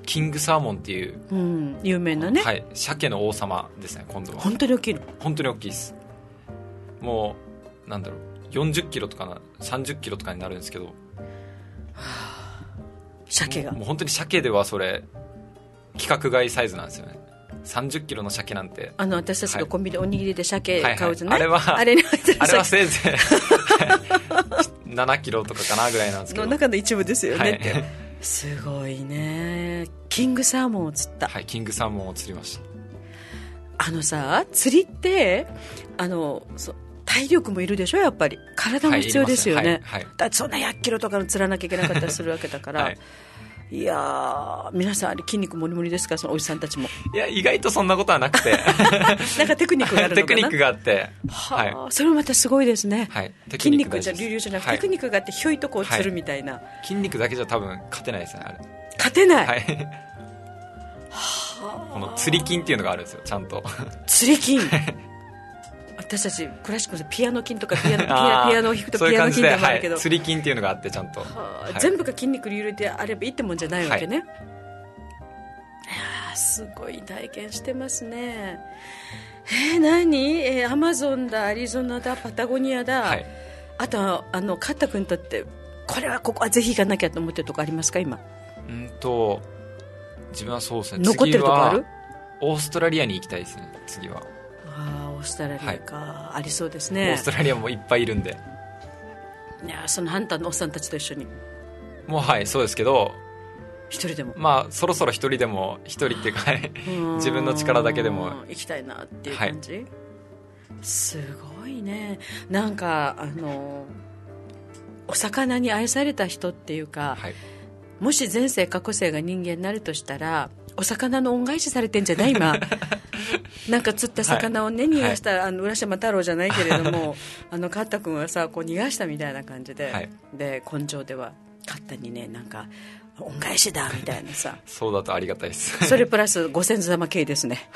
キングサーモンっていう、
うん、有名なね、
はい、鮭の王様ですね、今度は。
本当に大きいの、
本当に大きいですもうなんだろう40キロとかな30キロとかになるんですけど
鮭が
もう。本当に鮭ではそれ規格外サイズなんですよね30キロの鮭なんて
あの私たちがコンビニでおにぎりで鮭
はいはい
買うじゃない、
あれは
あれに入ってる
あれは
鮭
せいぜ
<laughs>
い7キロとかかなぐらいなんですけ
の
ど
中の一部ですよ
は
ね
い
って、すごいねキングサーモンを釣った、
はい、キングサーモンを釣りました
あのさ釣りってあのそ体力もいるでしょやっぱり体も
はい
必要ですよね、
いりますねはい
だってそんな100キロとかの釣らなきゃいけなかったりするわけだから、
はいい、
やー皆さんあれ筋肉もりもりですかそのおじさんたちも
いや意外とそんなことはなくて
なんかテクニックがあるの
<laughs> テ
か
ク
な
ニックがあって
は
はい
あ、それもまたすごいですね、
はいテク
筋
ニック
肉じゃ
大事
流
です
々じゃなくて、
はい
テクニックがあってひょいとこを釣るみたいな、
筋肉だけじゃ多分勝てないですねあれ
勝てない、
はい。この釣り金っていうのがあるんですよ、ちゃんと。
釣り筋私たちクラシックでピアノ筋とかピアノピ
<laughs> あ
ア
ー
ピアノを弾くと
そうい
ピ
う
アノ
感じ
筋
で
でもあ
は
るけど
い。釣り金っていうのがあって、ちゃんと。
はあ
はい
全部が筋肉流々であればいいってもんじゃないわけね、いやーすごい体験してますねえー、何、えーアマゾンだアリゾナだパタゴニアだ、
はい。
あとはあのカッタ君にとってこれはここはぜひ行かなきゃと思ってるとこありますか今
うんと、自分はそうですね。
残ってるとこあ
次
る
はオーストラリアに行きたいですね、次は。
ああオーストラリアか、ありそうです
オー
ね
ストラリアもいっぱいいるんで。
いやーそのハンターのおっさんたちと一緒に
もうはい、そうですけど、
一人でも
まあ、そろそろ一人でも、一人っていうか、はい自分の力だけでも。
行きたいなっていう感じ、すごいねなんかあのお魚に愛された人っていうか、
はい。
もし前世過去世が人間になるとしたらお魚の恩返しされてんじゃない
<laughs>
今なんか釣った魚をね、逃がした、あの浦島太郎じゃないけれどもあのカッタ君はさこう逃がしたみたいな感じで、
はい
で根性ではカッタにねなんか恩返しだみたいなさ
そうだとありがたいです。
それプラスご先祖様系です
<laughs>
ね。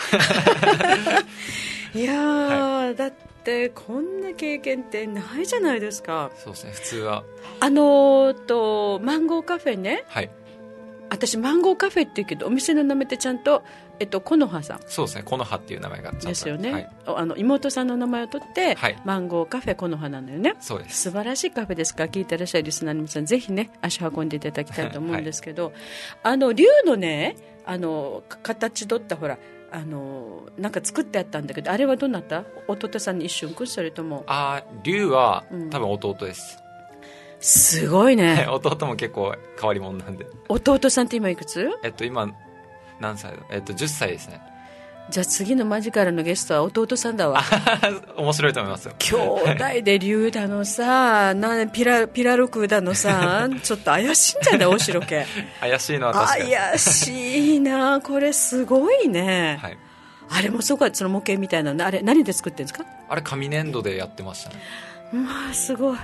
いやー、だってこんな経験ってないじゃないですか。
そうですね、普通は。
あのーとマンゴーカフェね、
はい。
私マンゴーカフェって言うけどお店の名前ってちゃんとえっとコノハさん。
そうですね、この葉っていう名前がちゃんと
ですよ
は
ね
い、
おあの妹さんの名前を取って、
はい
マンゴーカフェこの葉なのよね
そうです
素晴らしいカフェですから聞いてらっしゃるリスナーの皆さんぜひね足運んでいただきたいと思うんですけど、あの竜のねあのか形取ったほらあのなんか作ってあったんだけどあれはどうなった弟さんに一瞬くんそれとも
あー竜は
うん
多分弟です。
すごい
はい
ね
<laughs> 弟も結構変わり者なんで。
弟さんって今いくつ
えっと、今、何歳だえっと、10歳ですね。 <laughs>
じゃあ次のマジカルのゲストは弟さんだわ
面白いと思いますよ
兄弟で竜だの
<laughs>
さなピラピラルクだのさちょっと怪しいんじゃない大城家
怪しいのは <laughs> 確かに、
怪しいなこれすごいね、
はい、
あれもそうかその模型みたいなのあれ何で作ってるんですか
あれ紙粘土でやってましたね
まあす <laughs> ごい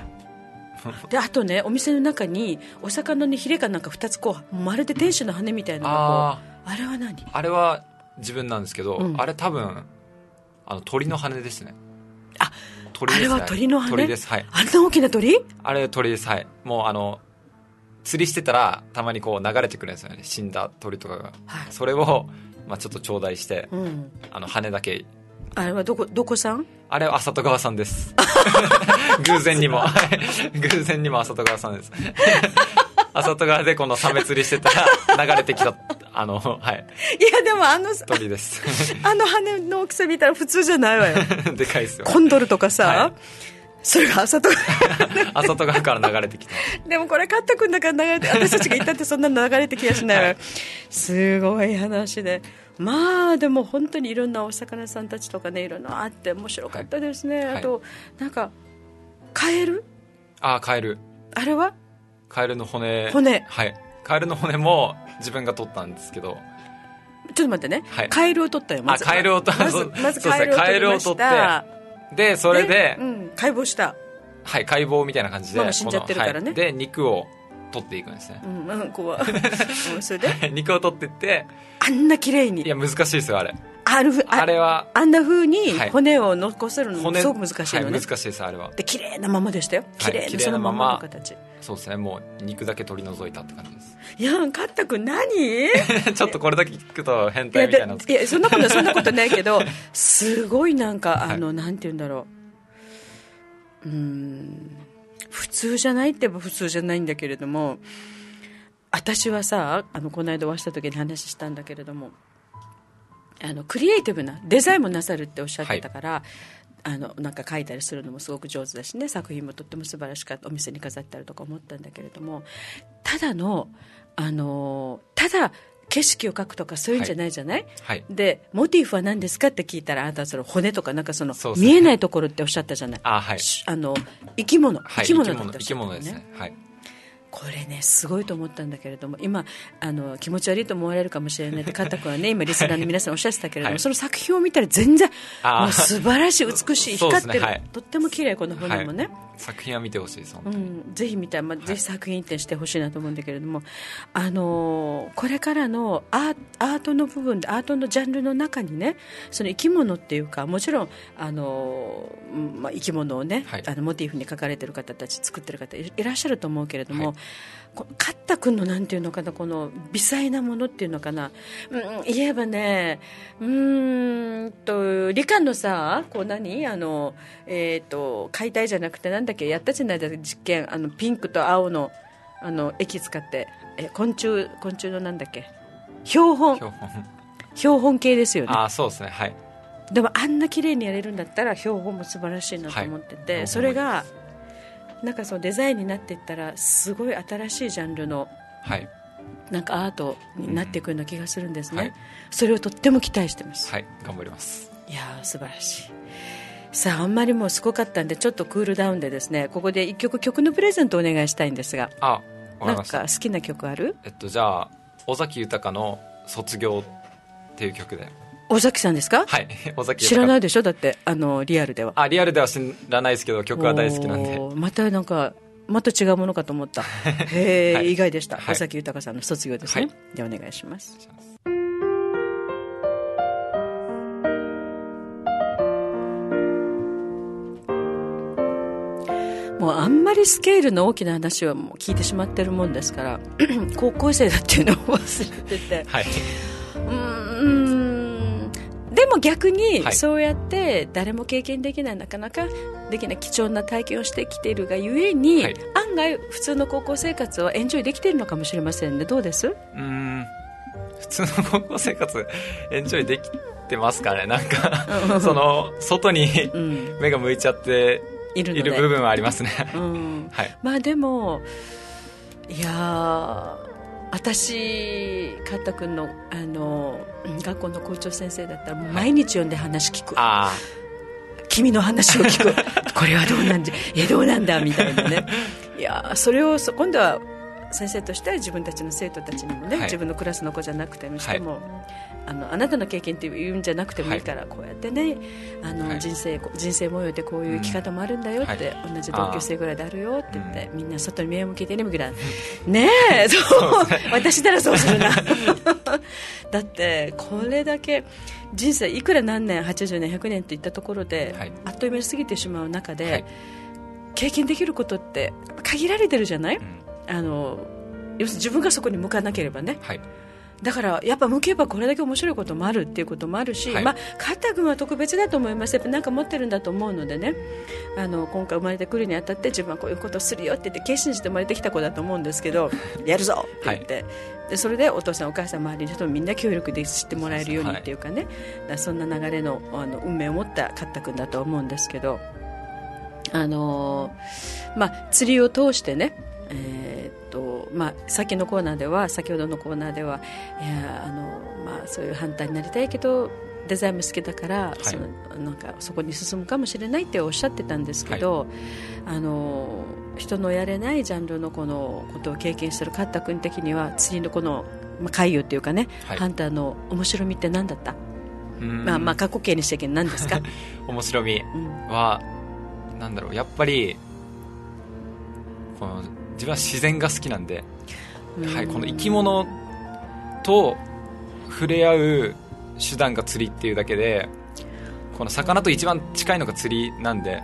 であとねお店の中にお魚にヒレかなんか2つこうまるで天使の羽みたいなのがこうあれは何
あれは自分なんですけど、
うん
あれ多分あの鳥の羽ですね
あ
鳥です、ね、
あれは鳥の羽
鳥ですはい
あんな大きな鳥
あれ鳥ですはいもうあの釣りしてたらたまにこう流れてくるんですよね死んだ鳥とかが、
はい
それを、まあ、ちょっと頂戴して、
うん
あの羽だけ
あれはどこどこさん
あれは浅戸川さんです <laughs> 偶然にもはい偶然にも浅戸川さんです <laughs> 浅戸川でこのサメ釣りしてたら流れてきたあのはい
いやでもあの
鳥です
あの羽の大きさ見たら普通じゃない <laughs> わよ
<laughs> でかいですよ
コンドルとかさ、
はい
それが朝とか
浅戸川から流れてきた
でもこれカット君だから流れ
<laughs>
て私たちが行ったってそんなの流れて気がしないわよ、
はい
すごい話でまあでも本当にいろんなお魚さんたちとかねいろんなあって面白かったですね、
はい
あとなんかカエル
あーカエル
あれは
カエルの骨
骨
はいカエルの骨も自分が取ったんですけど
ちょっと待ってね、
はい
カエルを取ったよまず
あカエルを取
ま
そ
ず
う
まず
そう
カ
です
エル
ね
を取りました
カエルでそれで
うん、解剖した、
はい解剖みたいな感じで
まあ死んじゃってるからね
このはいで肉を取っていくんですね
う、んうん、怖い
<laughs>
うんそれで
肉を取っていって
あんな綺麗に
いや難しいですよあれ
あるふ
あれは
あんな風に
はい
骨を残せるのも
骨
すごく難しいの
は
ね、
い、難しいですあれは
で綺麗なままでしたよ綺麗
綺
な
麗
その
な
ま
まま
まの形、
そうですねもう肉だけ取り除いたって感じで
い、やんカッタ君何い <laughs>
すちょっとこれだけ聞くと変態
や
みたいな
だ
んです
い
け
やそんなことそんなことないけどすごいなんか
い
あの、なんて言うんだろううーん普通じゃないって言えば普通じゃないんだけれども私はさあのこの間お会いした時に話したんだけれどもあのクリエイティブなデザインもなさるっておっしゃってたから、あのなんか書いたりするのもすごく上手だしね作品もとっても素晴らしかったお店に飾ってあるとか思ったんだけれどもただのあのただ景色を描くとかそういうんじゃないじゃない、
どはい
でモチーフは何ですかって聞いたらあなたはその骨とかなんかその
そうですね
見えないところっておっしゃったじゃない
あはい
しあの生き物
は
生
い
き物だってお
生
っ
き
しゃった
物
よ
ですねはい
これねすごいと思ったんだけれども今あの気持ち悪いと思われるかもしれない
<laughs>
って加藤君はね今リスナーの皆さんおっしゃってたけれども、
はい
その作品を見たら全然
あー
もう素晴らし
<laughs>
い美しい
そ
光
うで
っ
す
て
ね
る、
はい
とっても綺麗この
は
骨
い
もね、
作品は見てほしいです本当
う
に、
ん、ぜひ見たい、まあ、ぜひ作品展してほしいなと思うんだけれども、あのーこれからのアーアートの部分でアートのジャンルの中にねその生き物っていうかもちろん、あのーうんまあ、生き物をね、
はい
あのモチーフに書かれてる方たち作ってる方いいらっしゃると思うけれども、こカッタ君のなんていうのかなこの微細なものっていうのかな、うん、言えばねうーんと理科のさこう何あの、えー、と解体じゃなくてなんだっけやったじゃないですか実験あのピンクと青のあの液使ってえ昆虫昆虫のなんだっけ標本
標本
標本系ですよね <laughs>
ああそうですねはい
でもあんな綺麗にやれるんだったら標本も素晴らしいなと思ってて、
はい
それがなんかそのデザインになっていったらすごい新しいジャンルの
はい
なんかアートになっていくような気がするんですね、
はい
それをとっても期待してます、
はい頑張ります
い、やー素晴らしいさああんまりもうすごかったんでちょっとクールダウンでですねここで一曲曲のプレゼントをお願いしたいんですが
あわか
な
り
ん
ました
か好きな曲ある
えっとじゃあ尾崎豊の「卒業」っていう曲で
尾崎さんですか、
はい <laughs> 尾崎豊
知らないでしょだってあのリアルでは
あリアルでは知らないですけど曲は大好きなんで
おーまたなんかまた違うものかと思
<laughs>
ったへえ、
はい
意外でした
はい
尾崎豊さんの卒業ですね、
はい
でお願いしますもうあんまりスケールの大きな話はもう聞いてしまってるもんですから <clears throat> 高校生だっていうのを忘れてて
はいう
ーんでも逆に
はい
そうやって誰も経験できないなかなかできない貴重な体験をしてきているがゆえに、
はい
案外普通の高校生活をエンジョイできているのかもしれませんねどうです
うーん普通の高校生活エンジョイできてますかねなんかその外に
うん
目が向いちゃって
いる
い
ので
る部分はありますね
うん、
はい
まあでもいやー私カッタ君のあの学校の校長先生だったらもう毎日読んで話聞く、
あ
君の話を聞くこれはどう <laughs> なんじゃいやどうなんだみたいなね <laughs> いやそれをそ今度は先生としては自分たちの生徒たちにもね、
はい
自分のクラスの子じゃなくてもしても、あのあなたの経験って言うんじゃなくてもいいから、こうやってねあの、
はい
人生人生模様でこういう生き方もあるんだよって、同じ同級生ぐらいであるよって言って、みんな外に目を向けてねみぐらい <laughs> ねえそう <laughs> 私ならそうするなだってこれだけ人生いくら何年80年100年といったところで、
はい
あっという間に過ぎてしまう中で、
はい
経験できることって限られてるじゃない、
ーうん
あの要するに自分がそこに向かなければね
はい
だからやっぱ向けばこれだけ面白いこともあるっていうこともあるし、
はい
まあ、カタ君は特別だと思いますやっぱなんか持ってるんだと思うのでねあの今回生まれてくるにあたって自分はこういうことをするよって言って決心して生まれてきた子だと思うんですけど <laughs> やるぞって言って、でそれでお父さんお母さん周りの人もみんな協力で知ってもらえるようにっていうかね、だからそんな流れのあの運命を持ったカタ君だと思うんですけど。あのーまあ、釣りを通してね、えーっとまあ、先のコーナーでは先ほどのコーナーではいやあの、まあ、そういう反対になりたいけどデザインも好きだから、
い
そのなんかそこに進むかもしれないっておっしゃってたんですけど、あの人のやれないジャンルのこのことを経験してるカッタ君的には釣りのこの、まあ、海遊っていうかね、
はい
ハンターの面白みって何だった、
うん
まあ、まあ過去形にしてけん何
<laughs>
ですか、
面白み
うん
はなんだろうやっぱりこの自分は自然が好きなんで、はい、この生き物と触れ合う手段が釣りっていうだけでこの魚と一番近いのが釣りなんで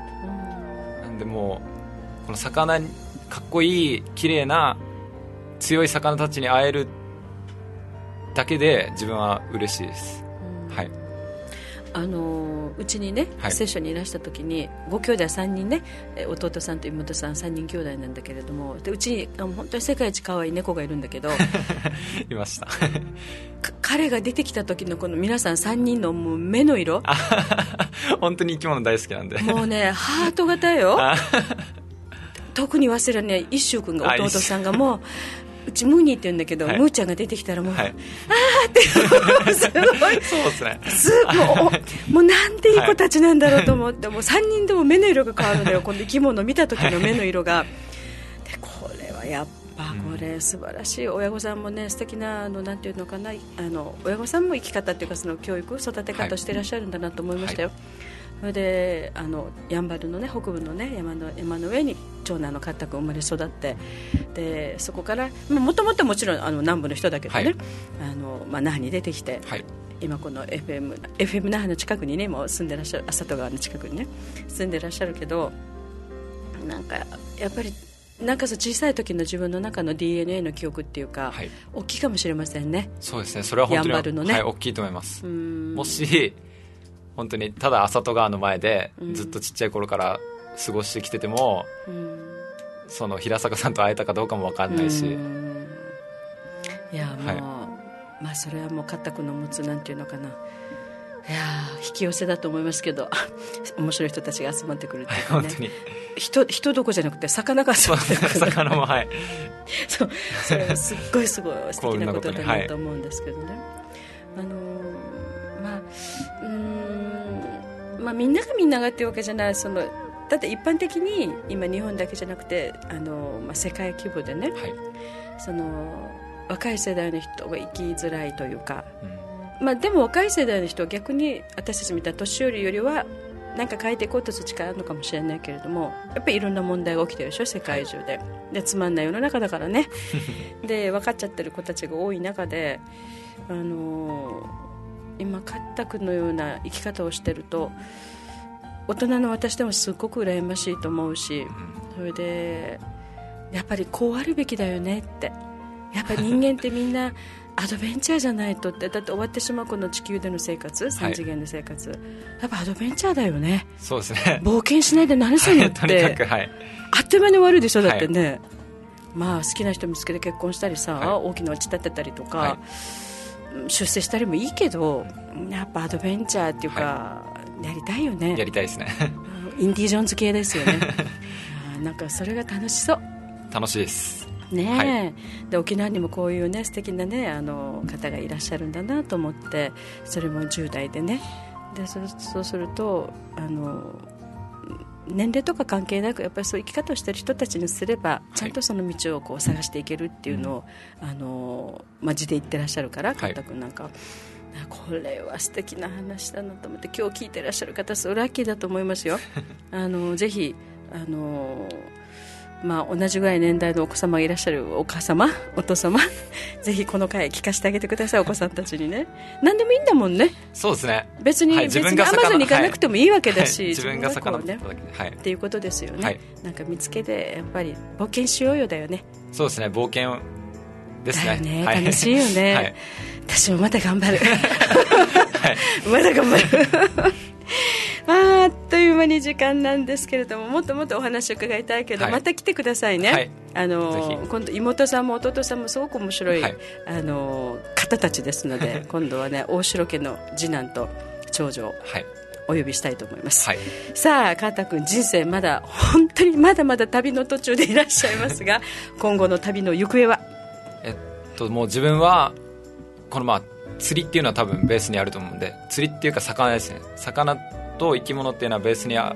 なんでもうこの魚にかっこいい綺麗な強い魚たちに会えるだけで自分は嬉しいですはい
あのーうちにね、
はい
聖書にいらした時にご兄弟3人ねえー弟さんと妹さん3人兄弟なんだけれどもでうちにあの本当に世界一可愛い猫がいるんだけ
<laughs>
ど
いました <laughs>
か彼が出てきた時のこの皆さん3人のもう目の色
本当に生き物大好きなんで
もうねハート型よ
あ
特に忘れられない一周君が
あ
弟さんがもう。うちムーニーって言うんだけど、
はい
ムーちゃんが出てきたらもう、
はい
<laughs> すごい
そうですね
すもうもうなんていい子たちなんだろうと思って、もう3人とも目の色が変わるんだよ、この生き物を見た時の目の色が。でこれはやっぱこれ素晴らしい親御さんもね素敵なあのなんていうのかなあの親御さんも生き方っていうかその教育育て方をしていらっしゃるんだなと思いましたよ、それであのやんばるのね北部のね山の山の上に長男のカッタ君生まれ育ってでそこからもともともちろんあの南部の人だけどね、
はい
あのまあ、那覇に出てきて、
はい
今この FM, FM 那覇の近くにねもう住んでらっしゃるあ里川の近くにね住んでらっしゃるけどなんかやっぱりなんかそう小さい時の自分の中の DNA の記憶っていうか、
はい
大きいかもしれませんね
そうですねそれは本当に
やんばるのね
はい、大きいと思います
う、ん
もし本当にただ浅戸川の前で
うん
ずっとちっちゃい頃から過ごしてきてても、
うん
その平坂さんと会えたかどうかも分かんないし、
うんいやもう、
はい
まあそれはもうカッタ君の持つなんていうのかないやー引き寄せだと思いますけど <laughs> 面白い人たちが集まってくるっていうか
<laughs> 本
ね
当に、
人人どこじゃなくて魚が集まってくる
魚もはい
そうそれはすっごいすごい素敵なことだなと思うんですけどね。あのーまあうーんまあみんながみんながっていうわけじゃないそのだって一般的に今日本だけじゃなくてあのー、まあ、世界規模でね
はい、
その若い世代の人が生きづらいというか、
うん
まあ、でも若い世代の人は逆に私たちみたいな年寄りよりはなんか変えていこうとする力あるのかもしれないけれどもやっぱりいろんな問題が起きてるでしょ世界中で,、でつまんない世の中だからねで分かっちゃってる子たちが多い中で、あのー今カッタ君のような生き方をしてると大人の私でもすごく羨ましいと思うしそれでやっぱりこうあるべきだよねってやっぱり人間ってみん
<laughs>
なアドベンチャーじゃないとってだって終わってしまうこの地球での生活3次元の生活、やっぱアドベンチャーだよね
そうですね
冒険しないで何するのっ
<laughs> とにか
て
くはい
あっという間に終わるでしょだってね、まあ好きな人見つけて結婚したりさ、
はい
大きなお家建てたりとか、
は
うん出世したりもいいけどやっぱアドベンチャーっていうか、やりたいよね
やりたいですね <laughs>
インディ・ジョーンズ系ですよねあーなんかそれが楽しそう
楽しいです
ねえ、で沖縄にもこういうね素敵なねあの方がいらっしゃるんだなと思ってそれも10代でねでそそうするとあの年齢とか関係なくやっぱりそういう生き方をしている人たちにすればちゃんとその道をこう探していけるっていうのを、あのまあ、字で言ってらっしゃるから
は
監
い
督なんか、あこれは素敵な話だなと思って今日聞いてらっしゃる方それラッキーだと思います
<laughs>
よあのぜひあのまあ、同じぐらい年代のお子様がいらっしゃるお母
<laughs>
様、お父様、ぜひこの回聞かせてあげてください、お子さんたちにね。何でもいいんだもんね。
そうですね
別に、
はい
別
自
に
分が
ア
魚
マゾンに行かなくてもいいわけだし、
はい自分が魚だ
自
っ
分
た
がこうね。
だけではい
っていうことですよね、
はい
なんか見つけてやっぱり冒険しようよだよね
そうですね冒険です
だよ
ね
ね、
は
楽しいよね、
はい
私もまた頑張る <laughs> まだ頑張る <laughs> まああっという間に時間なんですけれどももっともっとお話を伺いたいけど、
はい
また来てくださいね、
はい
あ
ぜ
の
ひ
今度妹さんも弟さんもすごく面白い、
はい
あの方たちですので今度はね大城家の次男と長女を
はい
お呼びしたいと思います、
はい
さあ川田君人生まだ本当にまだまだ旅の途中でいらっしゃいます
<laughs>
が今後の旅の行方は
えっともう自分はこのまあ釣りっていうのは多分ベースにあると思うんで釣りっていうか魚ですね魚と生き物っていうのはベースにあ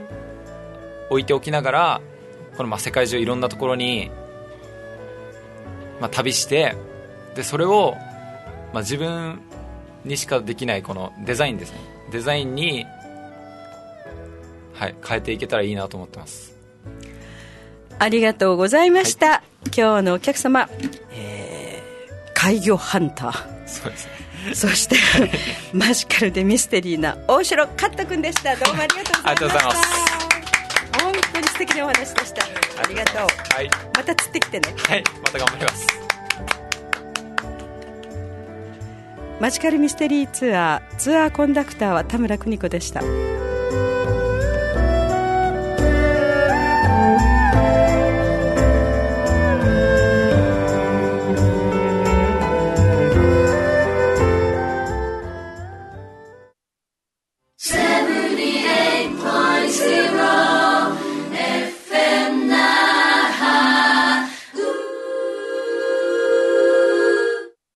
置いておきながらこのまあ世界中いろんなところに、まあ、旅してでそれを、まあ、自分にしかできないこのデザインですねデザインに、はい、変えていけたらいいなと思ってます
ありがとうございました、今日のお客様、えー、怪魚ハンタ <laughs> ー
そうですね
そして <laughs> マジカルでミステリーな大城カット君でしたどうもありがとうございました
ありがとうございます
本当に素敵なお話でしたありがとう
はい、
また釣ってきてね
はい、また頑張ります
マジカルミステリーツアーツアーコンダクターは田村邦子でした